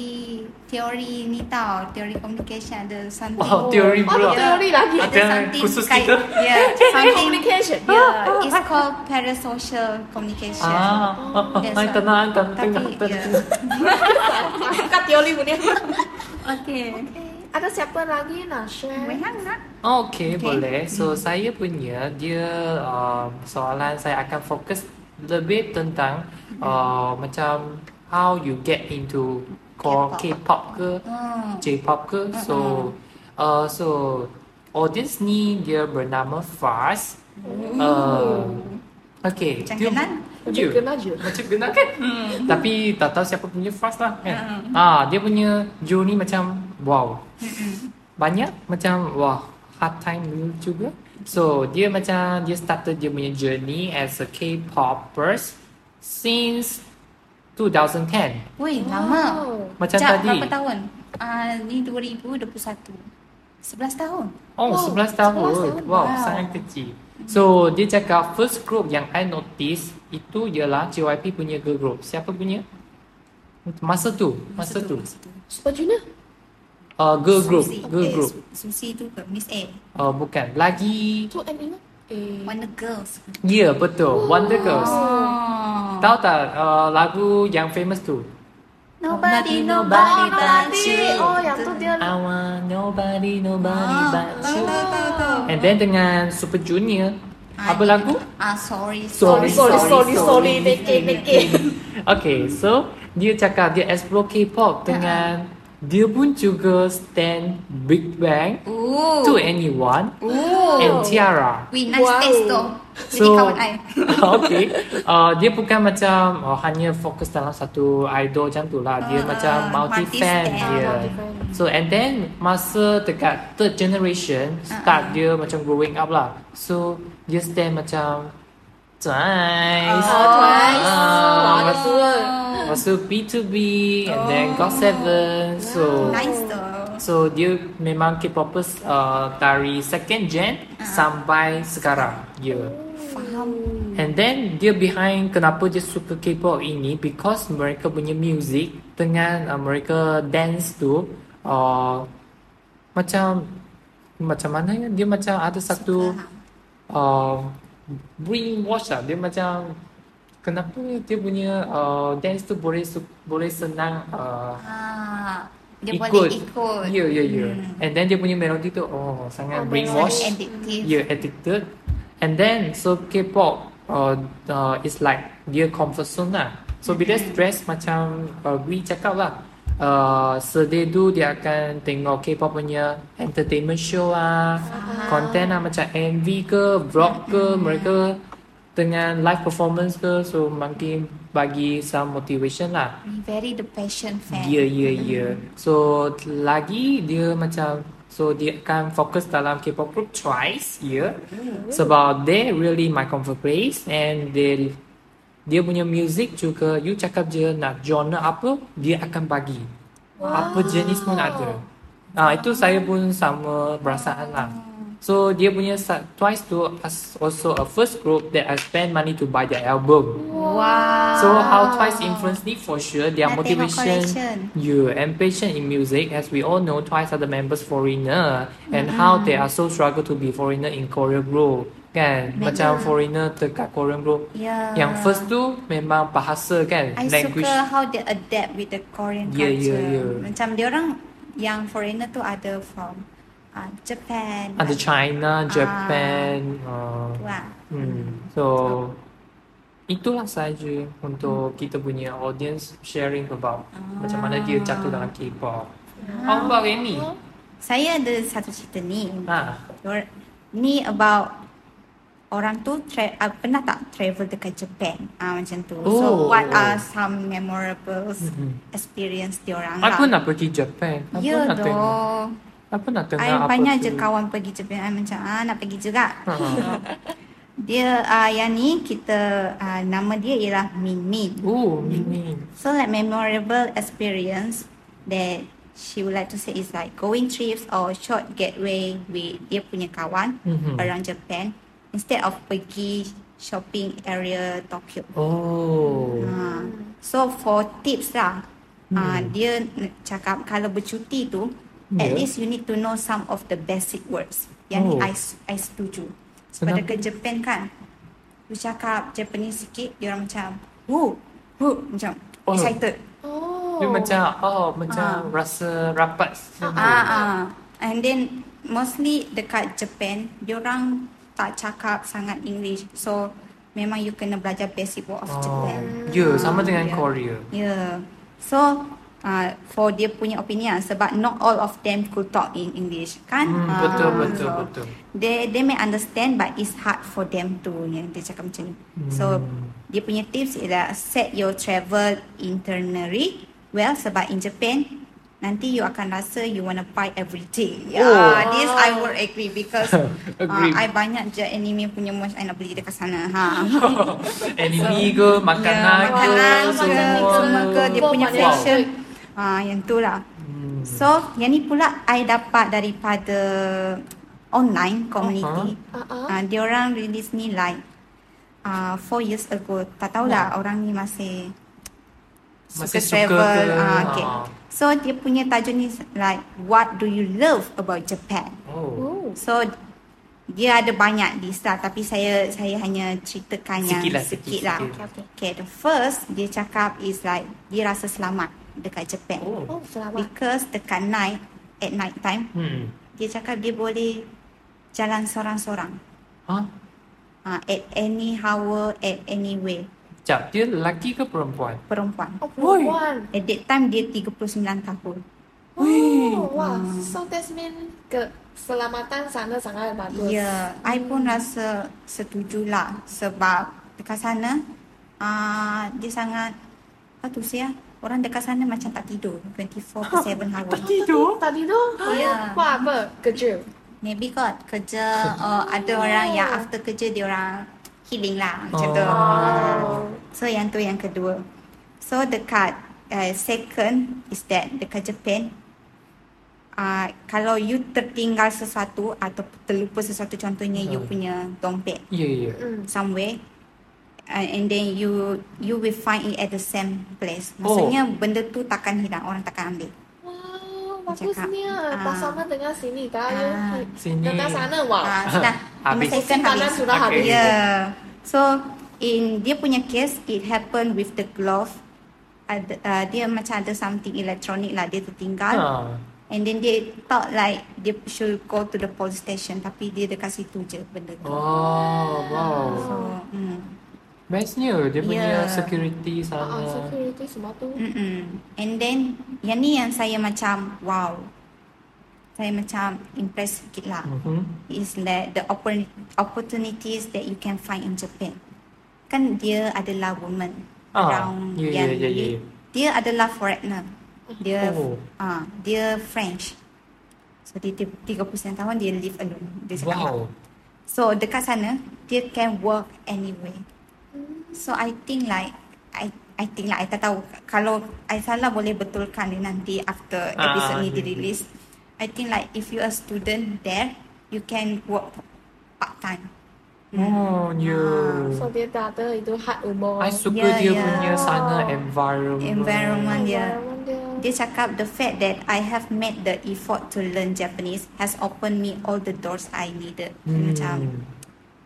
Speaker 2: teori ni tau, teori communication ada something.
Speaker 3: Wow, teori
Speaker 5: Oh,
Speaker 3: pula.
Speaker 5: teori lagi.
Speaker 3: Ada yang khusus kita?
Speaker 2: Yeah, ya, something.
Speaker 5: Communication.
Speaker 2: Yeah, it's called parasocial communication.
Speaker 3: Ah,
Speaker 2: That's why.
Speaker 3: ai tenang, tenang, tenang.
Speaker 2: Tapi, ya.
Speaker 3: tenang.
Speaker 5: ya.
Speaker 2: yeah.
Speaker 5: Buka teori punya.
Speaker 2: Okay.
Speaker 5: Ada siapa lagi nak share?
Speaker 2: Wehang nak?
Speaker 3: Oh, okay, boleh.
Speaker 2: Hmm.
Speaker 3: So saya punya dia um, soalan saya akan fokus lebih tentang
Speaker 2: Hmm.
Speaker 3: uh, macam how you get into core K-pop ke
Speaker 2: Hmm.
Speaker 3: J-pop ke. So uh, so audience ni dia bernama Fars. Uh, okay.
Speaker 2: Macam
Speaker 3: dia-
Speaker 2: kenal?
Speaker 3: dia-
Speaker 5: Kena je.
Speaker 3: macam kenal kan Tapi tak tahu siapa punya first lah kan ah, Dia punya Joe ni macam Wow Banyak macam Wah Hard time dulu juga So dia macam Dia started dia punya journey As a K-popers Since 2010
Speaker 2: Weh, lama.
Speaker 3: Macam
Speaker 2: Sekejap,
Speaker 3: tadi
Speaker 2: berapa tahun? Ah, ni 2021. 11 tahun.
Speaker 3: Oh, 11 tahun.
Speaker 2: 11 tahun. Wow.
Speaker 3: Wow, sangat kecil. So, dia cakap first group yang I notice itu ialah JYP punya girl group. Siapa punya? Masa tu, masa, tu.
Speaker 5: Super Junior.
Speaker 3: Uh, girl group,
Speaker 2: Susi.
Speaker 3: girl
Speaker 2: Eh,
Speaker 3: group.
Speaker 2: Susi tu ke? Miss A.
Speaker 3: Uh, bukan. Lagi,
Speaker 5: Tu and ingat. Eh.
Speaker 2: Wonder Girls.
Speaker 3: ya yeah, betul. Wonder Girls.
Speaker 2: Oh.
Speaker 3: Tahu tak uh, lagu yang famous tu?
Speaker 2: Nobody, nobody but you.
Speaker 5: Oh, yang tu dia.
Speaker 3: I want nobody, nobody
Speaker 2: Ah,
Speaker 3: but
Speaker 2: tahu,
Speaker 3: you.
Speaker 2: tahu, tahu, tahu.
Speaker 3: And then dengan Super Junior,
Speaker 2: Ah,
Speaker 3: apa lagu?
Speaker 2: Ah, sorry.
Speaker 3: Sorry,
Speaker 5: Sorry, sorry,
Speaker 3: Sorry,
Speaker 5: sorry. Neke, neke.
Speaker 3: Okay, so dia cakap dia explore
Speaker 2: Ah.
Speaker 3: K-pop dengan dia pun juga stand Big Bang
Speaker 2: Ooh.
Speaker 3: to anyone
Speaker 2: Ooh.
Speaker 3: and Tiara.
Speaker 2: Weh, nice
Speaker 5: Wow.
Speaker 2: taste tu. Jadi
Speaker 3: So-
Speaker 2: kawan I.
Speaker 3: okay, uh, dia bukan macam oh, hanya fokus dalam satu idol macam tu lah. Dia
Speaker 2: Ah,
Speaker 3: macam multi fan
Speaker 2: multi-fan.
Speaker 3: dia. So and then masa dekat third generation
Speaker 2: Ah,
Speaker 3: start dia macam growing up lah. So dia stand macam twice.
Speaker 2: Oh, twice. Oh,
Speaker 3: Ah,
Speaker 5: Wah,
Speaker 3: lepas-
Speaker 5: tua.
Speaker 3: Lepas tu B2B and then God Seven. So
Speaker 2: Nice tu.
Speaker 3: so dia memang K-popers uh, dari second gen sampai sekarang. Ya. Yeah. And then dia behind kenapa dia suka K-pop ini because mereka punya music dengan uh, mereka dance tu uh, macam macam mana ya dia macam ada satu uh, brainwash lah dia macam kenapa dia punya uh, dance tu boleh su- boleh senang uh,
Speaker 2: Ah, dia
Speaker 3: ikut
Speaker 2: boleh ikut. Hmm.
Speaker 3: ya ya ya and then dia punya melodi tu oh sangat brainwash
Speaker 2: Addictive.
Speaker 3: yeah, addicted. And then so K-pop uh, uh, is like dia comfort zone lah. So bila
Speaker 2: Hmm.
Speaker 3: stress macam uh, Gui cakap lah. Uh, sedih tu dia akan tengok K-pop punya entertainment show ah, content ah macam MV ke, vlog ke,
Speaker 2: Hmm.
Speaker 3: mereka dengan live performance ke, so makin bagi some motivation lah.
Speaker 2: We very the passion fan.
Speaker 3: Ya, ya, ya. So, lagi dia macam So, dia akan fokus dalam K-pop group twice, ya. Yeah. Sebab they really my comfort place and they dia punya music juga you cakap je nak genre apa, dia akan bagi. Apa jenis pun ada. Ah itu saya pun sama perasaan lah. So dia punya sa- twice tu as- also a first group that I spend money to buy their album.
Speaker 2: Wow.
Speaker 3: So how twice influenced me for sure their
Speaker 2: Nothing but
Speaker 3: motivation,
Speaker 2: correction.
Speaker 3: you and patient in music. As we all know, twice are the members foreigner and
Speaker 2: Mm-hmm.
Speaker 3: how they are so struggle to be foreigner in Korean group. Kan macam foreigner dekat Korean group.
Speaker 2: Yeah.
Speaker 3: Yang first tu memang bahasa kan,
Speaker 2: Ya. Ah. I
Speaker 3: language.
Speaker 2: suka how they adapt with the Korean
Speaker 3: Ya, ya,
Speaker 2: culture.
Speaker 3: ya.
Speaker 2: Macam dia orang yang foreigner tu ada from uh, Japan.
Speaker 3: Ada
Speaker 2: Ah.
Speaker 3: China, Japan. Uh,
Speaker 2: Wow.
Speaker 3: hmm. So itulah saja
Speaker 2: Hmm.
Speaker 3: untuk kita punya audience sharing about macam mana
Speaker 2: Ah.
Speaker 3: dia jatuh dalam K-pop. How about Amy? Ah.
Speaker 2: Saya ada satu cerita ni.
Speaker 3: Ha.
Speaker 2: Dor- Ni about orang tu tra- uh, pernah tak travel dekat Japan uh, macam tu. So
Speaker 3: Oh. Mm-hmm.
Speaker 2: what are some memorable experience diorang
Speaker 3: Aku
Speaker 2: lah.
Speaker 3: nak pergi Japan. Aku
Speaker 2: Ya
Speaker 3: nak tengok.
Speaker 2: doh.
Speaker 3: Aku nak tengok
Speaker 2: I
Speaker 3: apa
Speaker 2: banyak
Speaker 3: tu.
Speaker 2: je kawan pergi Japan. I macam ah nak pergi juga.
Speaker 3: Ha.
Speaker 2: Dia uh, yang ni kita uh, nama dia ialah Min Min.
Speaker 3: Oh, ini.
Speaker 2: So like memorable experience that she would like to say is like going trips or short getaway with dia punya kawan
Speaker 3: Mhm.
Speaker 2: around Japan instead of pergi shopping area Tokyo.
Speaker 3: Oh.
Speaker 2: Ha. So for tips lah, ah,
Speaker 3: Hmm.
Speaker 2: dia n- cakap kalau bercuti tu, at
Speaker 3: Yeah.
Speaker 2: least you need to know some of the basic words. Yang ni
Speaker 3: Ya. Oh.
Speaker 2: I, s- I setuju. Sebab
Speaker 3: Kenapa?
Speaker 2: dekat Japan kan, you cakap Japanese sikit, dia orang macam, woo, woo, macam
Speaker 3: Oh.
Speaker 2: excited.
Speaker 3: Dia macam, oh, macam rasa
Speaker 2: Ah,
Speaker 3: rapat. sendiri.
Speaker 2: ah. And then mostly dekat Japan, diorang tak cakap sangat English. So memang you kena belajar basic word of
Speaker 3: Oh.
Speaker 2: Japan.
Speaker 3: Ya, sama dengan
Speaker 2: Ya.
Speaker 3: Korea.
Speaker 2: Yeah. So uh, for dia punya opinion ah, sebab not all of them could talk in English kan?
Speaker 3: Hmm,
Speaker 2: Ah,
Speaker 3: betul, betul, betul.
Speaker 2: They they may understand but it's hard for them to yang dia cakap macam ni. So
Speaker 3: Hmm.
Speaker 2: dia punya tips ialah set your travel itinerary well sebab in Japan nanti you akan rasa you wanna buy everything. Yeah,
Speaker 3: Oh.
Speaker 2: this I would agree because
Speaker 3: Agree.
Speaker 2: Uh, I banyak je anime punya merch I nak beli dekat sana. Ha.
Speaker 3: Anime ke, makanan
Speaker 2: Ya, makanan
Speaker 3: ke,
Speaker 2: ke, semua
Speaker 3: semua.
Speaker 2: ke, dia punya
Speaker 3: Wow.
Speaker 2: fashion. Ha, yang tu lah.
Speaker 3: Hmm.
Speaker 2: So, yang ni pula I dapat daripada online community.
Speaker 4: Uh-huh.
Speaker 2: Ha, dia orang release ni like uh, four years ago. Tak tahulah orang ni masih suka
Speaker 3: Masih suka
Speaker 2: travel.
Speaker 3: ke?
Speaker 2: Ah, okay.
Speaker 3: Ah.
Speaker 2: So, dia punya tajuk ni like what do you love about Japan?
Speaker 3: Oh.
Speaker 2: So dia ada banyak list lah tapi saya saya hanya ceritakan yang
Speaker 3: Sikit lah,
Speaker 2: sikit,
Speaker 3: sikit,
Speaker 2: lah.
Speaker 3: sikit.
Speaker 2: Okay, okay. okay, the first dia cakap is like dia rasa selamat dekat Japan.
Speaker 3: Oh.
Speaker 4: Oh, selamat.
Speaker 2: Because dekat night at night time
Speaker 3: Hmm.
Speaker 2: dia cakap dia boleh jalan seorang-seorang.
Speaker 3: Hah?
Speaker 2: Uh, at any hour, at any way.
Speaker 3: Sekejap, dia lelaki ke perempuan?
Speaker 2: Perempuan.
Speaker 4: Oh, perempuan.
Speaker 2: At that time dia 39 tahun.
Speaker 4: Oh, wah. So, that mean keselamatan sana sangat
Speaker 2: Ya,
Speaker 4: bagus.
Speaker 2: yeah, I pun rasa setuju lah sebab dekat sana uh, dia sangat apa tu saya orang dekat sana macam tak tidur 24 per 7 hours.
Speaker 4: Tidur? Tak tidur?
Speaker 2: Ya.
Speaker 4: Oh, Wah, apa? Kerja.
Speaker 2: Maybe kot kerja or ada
Speaker 4: Oh.
Speaker 2: orang yang after kerja dia orang healing lah macam tu.
Speaker 4: Oh.
Speaker 2: So yang tu yang kedua. So dekat uh, second is that dekat Japan uh, kalau you tertinggal sesuatu atau terlupa sesuatu contohnya you
Speaker 3: Hmm.
Speaker 2: punya dompet
Speaker 3: Ya, ya.
Speaker 2: somewhere uh, and then you you will find it at the same place. Maksudnya oh. benda tu takkan hilang, orang takkan ambil.
Speaker 4: Wow,
Speaker 2: Cakap.
Speaker 4: bagusnya. Tak
Speaker 2: Ah.
Speaker 4: sama dengan sini,
Speaker 2: Ah.
Speaker 4: kayu.
Speaker 3: Sini.
Speaker 4: Dekat sana,
Speaker 2: Ah,
Speaker 4: wow.
Speaker 2: sudah.
Speaker 3: Habis.
Speaker 2: Lima second
Speaker 4: Simpanan
Speaker 2: habis.
Speaker 4: sudah
Speaker 3: Okay.
Speaker 4: habis.
Speaker 2: Yeah. So in dia punya case it happened with the glove. Ada, uh, dia macam ada something electronic lah dia tertinggal.
Speaker 3: Ah.
Speaker 2: And then dia thought like dia should go to the police station tapi dia dekat situ je benda tu.
Speaker 3: Oh, wow.
Speaker 2: So, mm.
Speaker 3: Bestnya dia
Speaker 2: Ya.
Speaker 3: punya security sana.
Speaker 4: Ah, security semua tu.
Speaker 2: Mm-mm. Hmm. And then yang ni yang saya macam wow. Saya macam impressed sikit lah.
Speaker 3: Mhm.
Speaker 2: Is that the oppor- opportunities that you can find in Japan. Kan dia adalah woman
Speaker 3: Ah,
Speaker 2: around
Speaker 3: ya,
Speaker 2: yang
Speaker 3: ya, ya, ya.
Speaker 2: Dia, dia adalah foreigner. Dia
Speaker 3: Oh.
Speaker 2: ah dia French. So dia ti- 30 tahun dia live alone. Dia cakap
Speaker 3: Wow.
Speaker 2: So dekat sana dia can work anywhere. So I think like I I think like I tak tahu kalau I salah boleh betulkan ni nanti after
Speaker 3: Ah,
Speaker 2: episode ni di
Speaker 3: okay,
Speaker 2: release. I think like if you a student there you can work part time.
Speaker 3: Oh, ya.
Speaker 4: So, dia tak ada itu hard
Speaker 5: Ah,
Speaker 4: umur.
Speaker 3: I suka
Speaker 2: Ya,
Speaker 3: dia
Speaker 2: ya.
Speaker 3: punya sana environment.
Speaker 2: Environment dia.
Speaker 4: Environment dia.
Speaker 2: Dia cakap the fact that I have made the effort to learn Japanese has opened me all the doors I needed.
Speaker 3: Hmm.
Speaker 2: Macam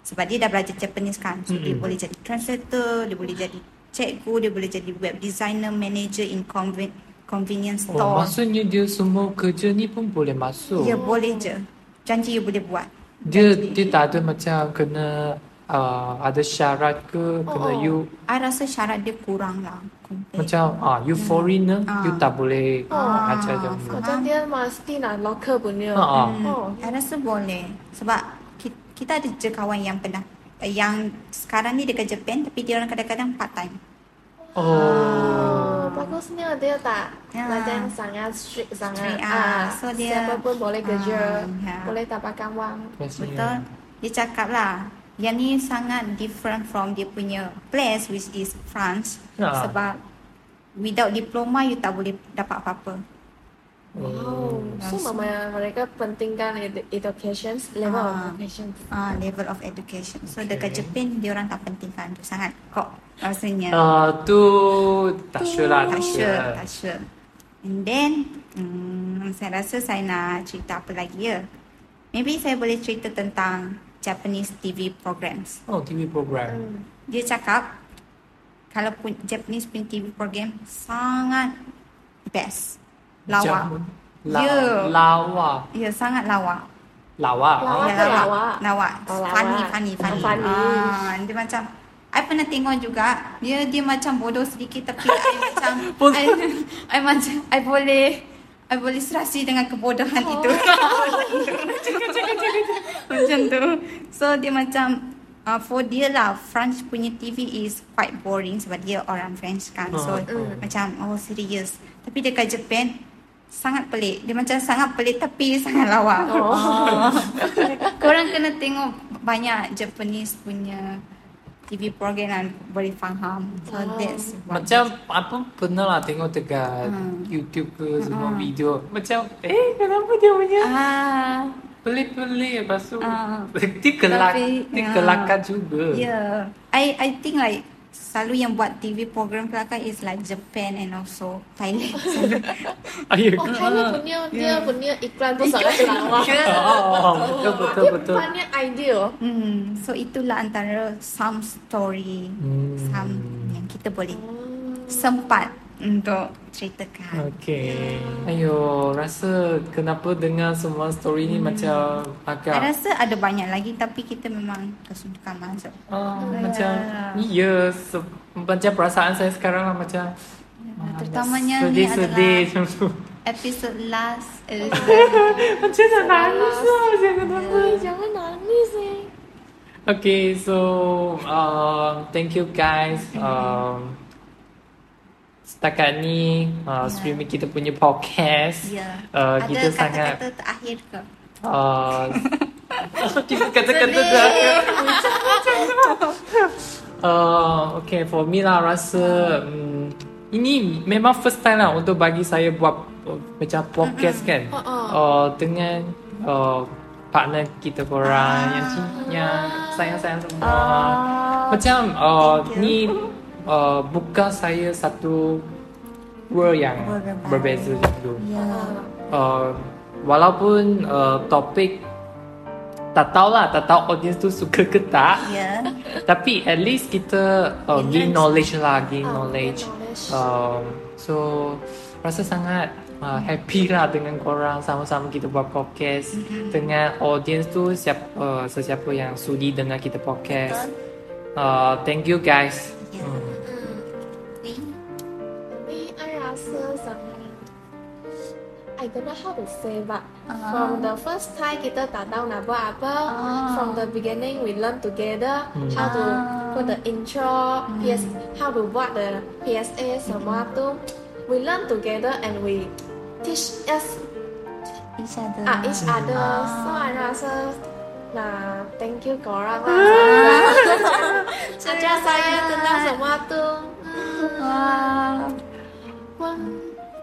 Speaker 2: sebab dia dah belajar Japanese kan so dia boleh jadi translator dia boleh jadi cikgu dia boleh jadi web designer manager in conven- convenience
Speaker 3: Oh,
Speaker 2: store
Speaker 3: maksudnya dia semua kerja ni pun boleh masuk.
Speaker 2: ya boleh je janji you boleh buat
Speaker 3: Dia dia tak ada macam kena uh, ada syarat ke kena
Speaker 4: oh.
Speaker 3: you
Speaker 2: I rasa syarat dia kurang lah compare.
Speaker 3: macam ah you foreigner you tak boleh ajar macam tu.
Speaker 4: Macam dia mesti nak local punya.
Speaker 3: Ah, ah.
Speaker 4: Oh,
Speaker 2: I rasa boleh sebab ki- kita ada je kawan yang pernah yang sekarang ni dia kerja band tapi dia orang kadang-kadang part time.
Speaker 5: Oh, bagusnya dia tak
Speaker 2: Ya.
Speaker 5: macam sangat strict sangat.
Speaker 2: Strict, ah.
Speaker 5: Ah,
Speaker 2: So, dia-
Speaker 5: siapa pun boleh kerja,
Speaker 2: Ah, ya.
Speaker 5: boleh dapatkan wang.
Speaker 3: Biasanya.
Speaker 2: Betul. Dia cakap lah, yang ni sangat different from dia punya place which is France.
Speaker 3: Ah.
Speaker 2: Sebab without diploma you tak boleh dapat apa-apa.
Speaker 3: Oh.
Speaker 5: Wow, so mama mereka pentingkan ed- education level of
Speaker 2: Ah.
Speaker 5: education.
Speaker 2: Ah, level of education. So dekat Jepun dia orang tak pentingkan tu sangat kok rasanya.
Speaker 3: Uh, tu tak sure lah, tak
Speaker 2: tak
Speaker 3: sure.
Speaker 2: sure, tak sure. And then, hmm, saya rasa saya nak cerita apa lagi ya. Maybe saya boleh cerita tentang Japanese TV programs.
Speaker 3: Oh, TV program.
Speaker 2: Dia cakap kalau pun Japanese punya TV program sangat best. Lawak.
Speaker 3: Jam- La,
Speaker 2: Ya.
Speaker 3: Lawa.
Speaker 2: Ya, sangat lawak.
Speaker 3: Lawa. Oh,
Speaker 5: Lawa.
Speaker 2: Ya,
Speaker 5: Apa lawak?
Speaker 2: Lawak.
Speaker 5: Oh, lawak.
Speaker 2: Funny, funny,
Speaker 5: Oh,
Speaker 2: funny.
Speaker 5: funny.
Speaker 2: Ah, dia macam I pernah tengok juga. Dia dia macam bodoh sedikit tapi I macam I, I macam I boleh I boleh serasi dengan kebodohan oh. itu. macam tu. So dia macam uh, for dia lah French punya TV is quite boring sebab dia orang French kan. So
Speaker 3: Ah, betul.
Speaker 2: macam oh serius. Tapi dekat Japan sangat pelik. Dia macam sangat pelik tapi sangat lawak. Oh. Korang kena tengok banyak Japanese punya TV program dan boleh faham. So that's what-
Speaker 3: Macam apa pernah lah tengok dekat YouTube ke semua video. Macam eh kenapa dia punya
Speaker 2: ah
Speaker 3: pelik-pelik lepas tu
Speaker 2: Ah.
Speaker 3: dia kelak
Speaker 2: Tapi,
Speaker 3: dia
Speaker 2: ya.
Speaker 3: kelakar juga.
Speaker 2: yeah. I I think like selalu yang buat TV program kelakar is like Japan and also Thailand.
Speaker 3: Ayo.
Speaker 5: Oh,
Speaker 8: Ah.
Speaker 5: Thailand punya
Speaker 8: Ya.
Speaker 5: dia punya iklan tu sangat lawa.
Speaker 3: Oh, betul betul
Speaker 5: Dia
Speaker 3: betul.
Speaker 5: banyak idea.
Speaker 2: hmm. So itulah antara some story,
Speaker 3: Hmm.
Speaker 2: some yang kita boleh sempat untuk ceritakan.
Speaker 3: Okay. Ayo, rasa kenapa dengar semua story ni macam
Speaker 2: Saya
Speaker 3: agak
Speaker 2: rasa Hmm. ada banyak lagi tapi kita memang kesuntukan masuk.
Speaker 3: ah, macam ya se- macam perasaan saya sekarang lah macam ah,
Speaker 2: terutamanya ni
Speaker 3: sedih-sedih
Speaker 2: adalah-
Speaker 3: macam tu.
Speaker 2: Episode last eh,
Speaker 3: Macam nak nangis lah macam kenapa.
Speaker 5: Jangan nangis eh.
Speaker 3: Okay, so um, thank you guys. Um, setakat ni uh, streaming kita punya podcast.
Speaker 2: Ya.
Speaker 3: Uh,
Speaker 2: ada
Speaker 3: kita sangat
Speaker 2: kata-kata terakhir ke?
Speaker 3: Uh, kita kata-kata dah. uh, okay, for me lah rasa um, ini memang first time lah untuk bagi saya buat uh, macam podcast kan.
Speaker 2: Uh-uh.
Speaker 3: Uh, dengan uh, partner kita
Speaker 2: Ah.
Speaker 3: korang yang cin- yang sayang-sayang semua. Macam uh, ni uh, buka saya satu world yang
Speaker 2: World
Speaker 3: berbeza
Speaker 2: berbeza.
Speaker 3: dulu
Speaker 2: Ya.
Speaker 3: uh, walaupun uh, topik tak tahulah, tak tahu audience tu suka ke tak.
Speaker 2: Ya.
Speaker 3: Tapi at least kita uh, gain knowledge lah, gain
Speaker 5: Ah,
Speaker 3: knowledge.
Speaker 5: gain knowledge.
Speaker 3: Um, so rasa sangat uh, happy lah dengan korang sama-sama kita buat podcast
Speaker 5: Mm-hmm.
Speaker 3: dengan audience tu siap uh, sesiapa yang sudi dengar kita podcast. Uh, thank you guys.
Speaker 2: Ya.
Speaker 3: Hmm.
Speaker 2: Ni.
Speaker 5: Ni I rasa sangat I don't know how to say but from the first time kita tak tahu nak buat apa from the beginning we learn together how to put the intro PS how to buat the PSA semua tu we learn together and we teach us
Speaker 2: Each other.
Speaker 5: ah, each other so I rasa nah thank you korang lah ajar saya tentang semua tu Hmm.
Speaker 3: Ah.
Speaker 2: Wow.
Speaker 5: Wah,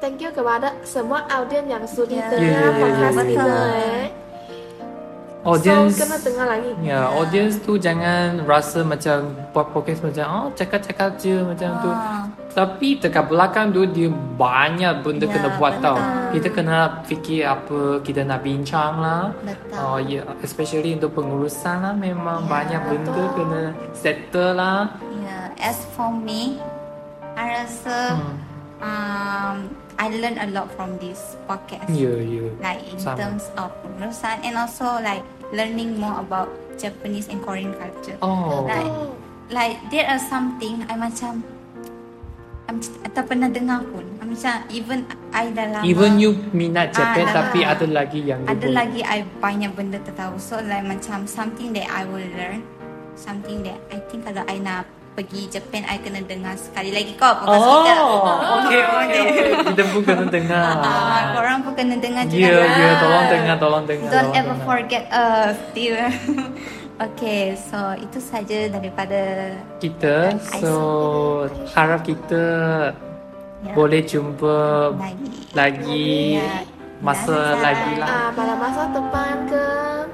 Speaker 5: Thank you kepada semua audiens yang sudi
Speaker 2: Ya.
Speaker 5: dengar
Speaker 3: Ya,
Speaker 5: podcast
Speaker 2: betul.
Speaker 5: kita eh.
Speaker 3: Audience
Speaker 5: So, kena dengar lagi.
Speaker 3: Ya, audience tu jangan rasa macam buat podcast macam oh cakap-cakap je macam tu.
Speaker 2: Ah.
Speaker 3: Tapi dekat belakang tu dia banyak benda
Speaker 2: Ya,
Speaker 3: kena buat tau.
Speaker 2: betul.
Speaker 3: Kita kena fikir apa kita nak bincang lah.
Speaker 2: Betul.
Speaker 3: Oh ya, especially untuk pengurusan lah memang
Speaker 2: Ya,
Speaker 3: banyak benda
Speaker 5: betul.
Speaker 3: kena settle lah.
Speaker 2: Yeah. Ya, As for me, I rasa
Speaker 3: Hmm.
Speaker 2: um, I learn a lot from this podcast.
Speaker 3: Ya, ya.
Speaker 2: Like in
Speaker 3: Sama.
Speaker 2: terms of pengurusan and also like learning more about Japanese and Korean culture.
Speaker 3: Oh.
Speaker 2: Like, like there are something I macam I macam tak pernah dengar pun. I macam even I dah lama.
Speaker 3: Even you
Speaker 2: Ah,
Speaker 3: minat Japan
Speaker 2: dah
Speaker 3: tapi
Speaker 2: lah.
Speaker 3: ada lagi yang you
Speaker 2: ada
Speaker 3: boleh-
Speaker 2: lagi I banyak benda tak tahu so like macam something that I will learn something that I think kalau I nak pergi Japan I kena dengar sekali lagi kau podcast
Speaker 3: Oh,
Speaker 2: kita.
Speaker 3: okay, okay, okay. Kita pun kena dengar.
Speaker 2: Ah, korang pun kena dengar juga.
Speaker 3: Ya, yeah,
Speaker 2: lah.
Speaker 3: ya, yeah, tolong dengar, tolong dengar.
Speaker 2: Don't
Speaker 3: tolong
Speaker 2: ever
Speaker 3: dengar.
Speaker 2: forget us, dear. okay, so itu saja daripada
Speaker 3: Kita, so harap kita
Speaker 2: Ya.
Speaker 3: boleh jumpa
Speaker 2: lagi.
Speaker 3: lagi
Speaker 2: Ya. Dan-
Speaker 3: masa lagi lah.
Speaker 4: Ah, pada masa depan ke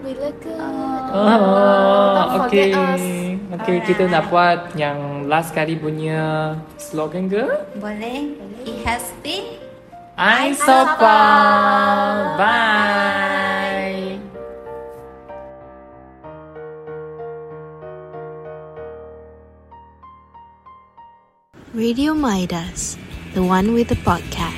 Speaker 4: bila ke
Speaker 2: Ah.
Speaker 4: don't
Speaker 3: Oh,
Speaker 4: forget
Speaker 3: Ah, okay.
Speaker 4: us.
Speaker 3: Okay, kita nak buat yang last kali punya slogan ke?
Speaker 2: Boleh? It has been
Speaker 3: I Sopal. Bye.
Speaker 1: Radio Midas, the one with the podcast.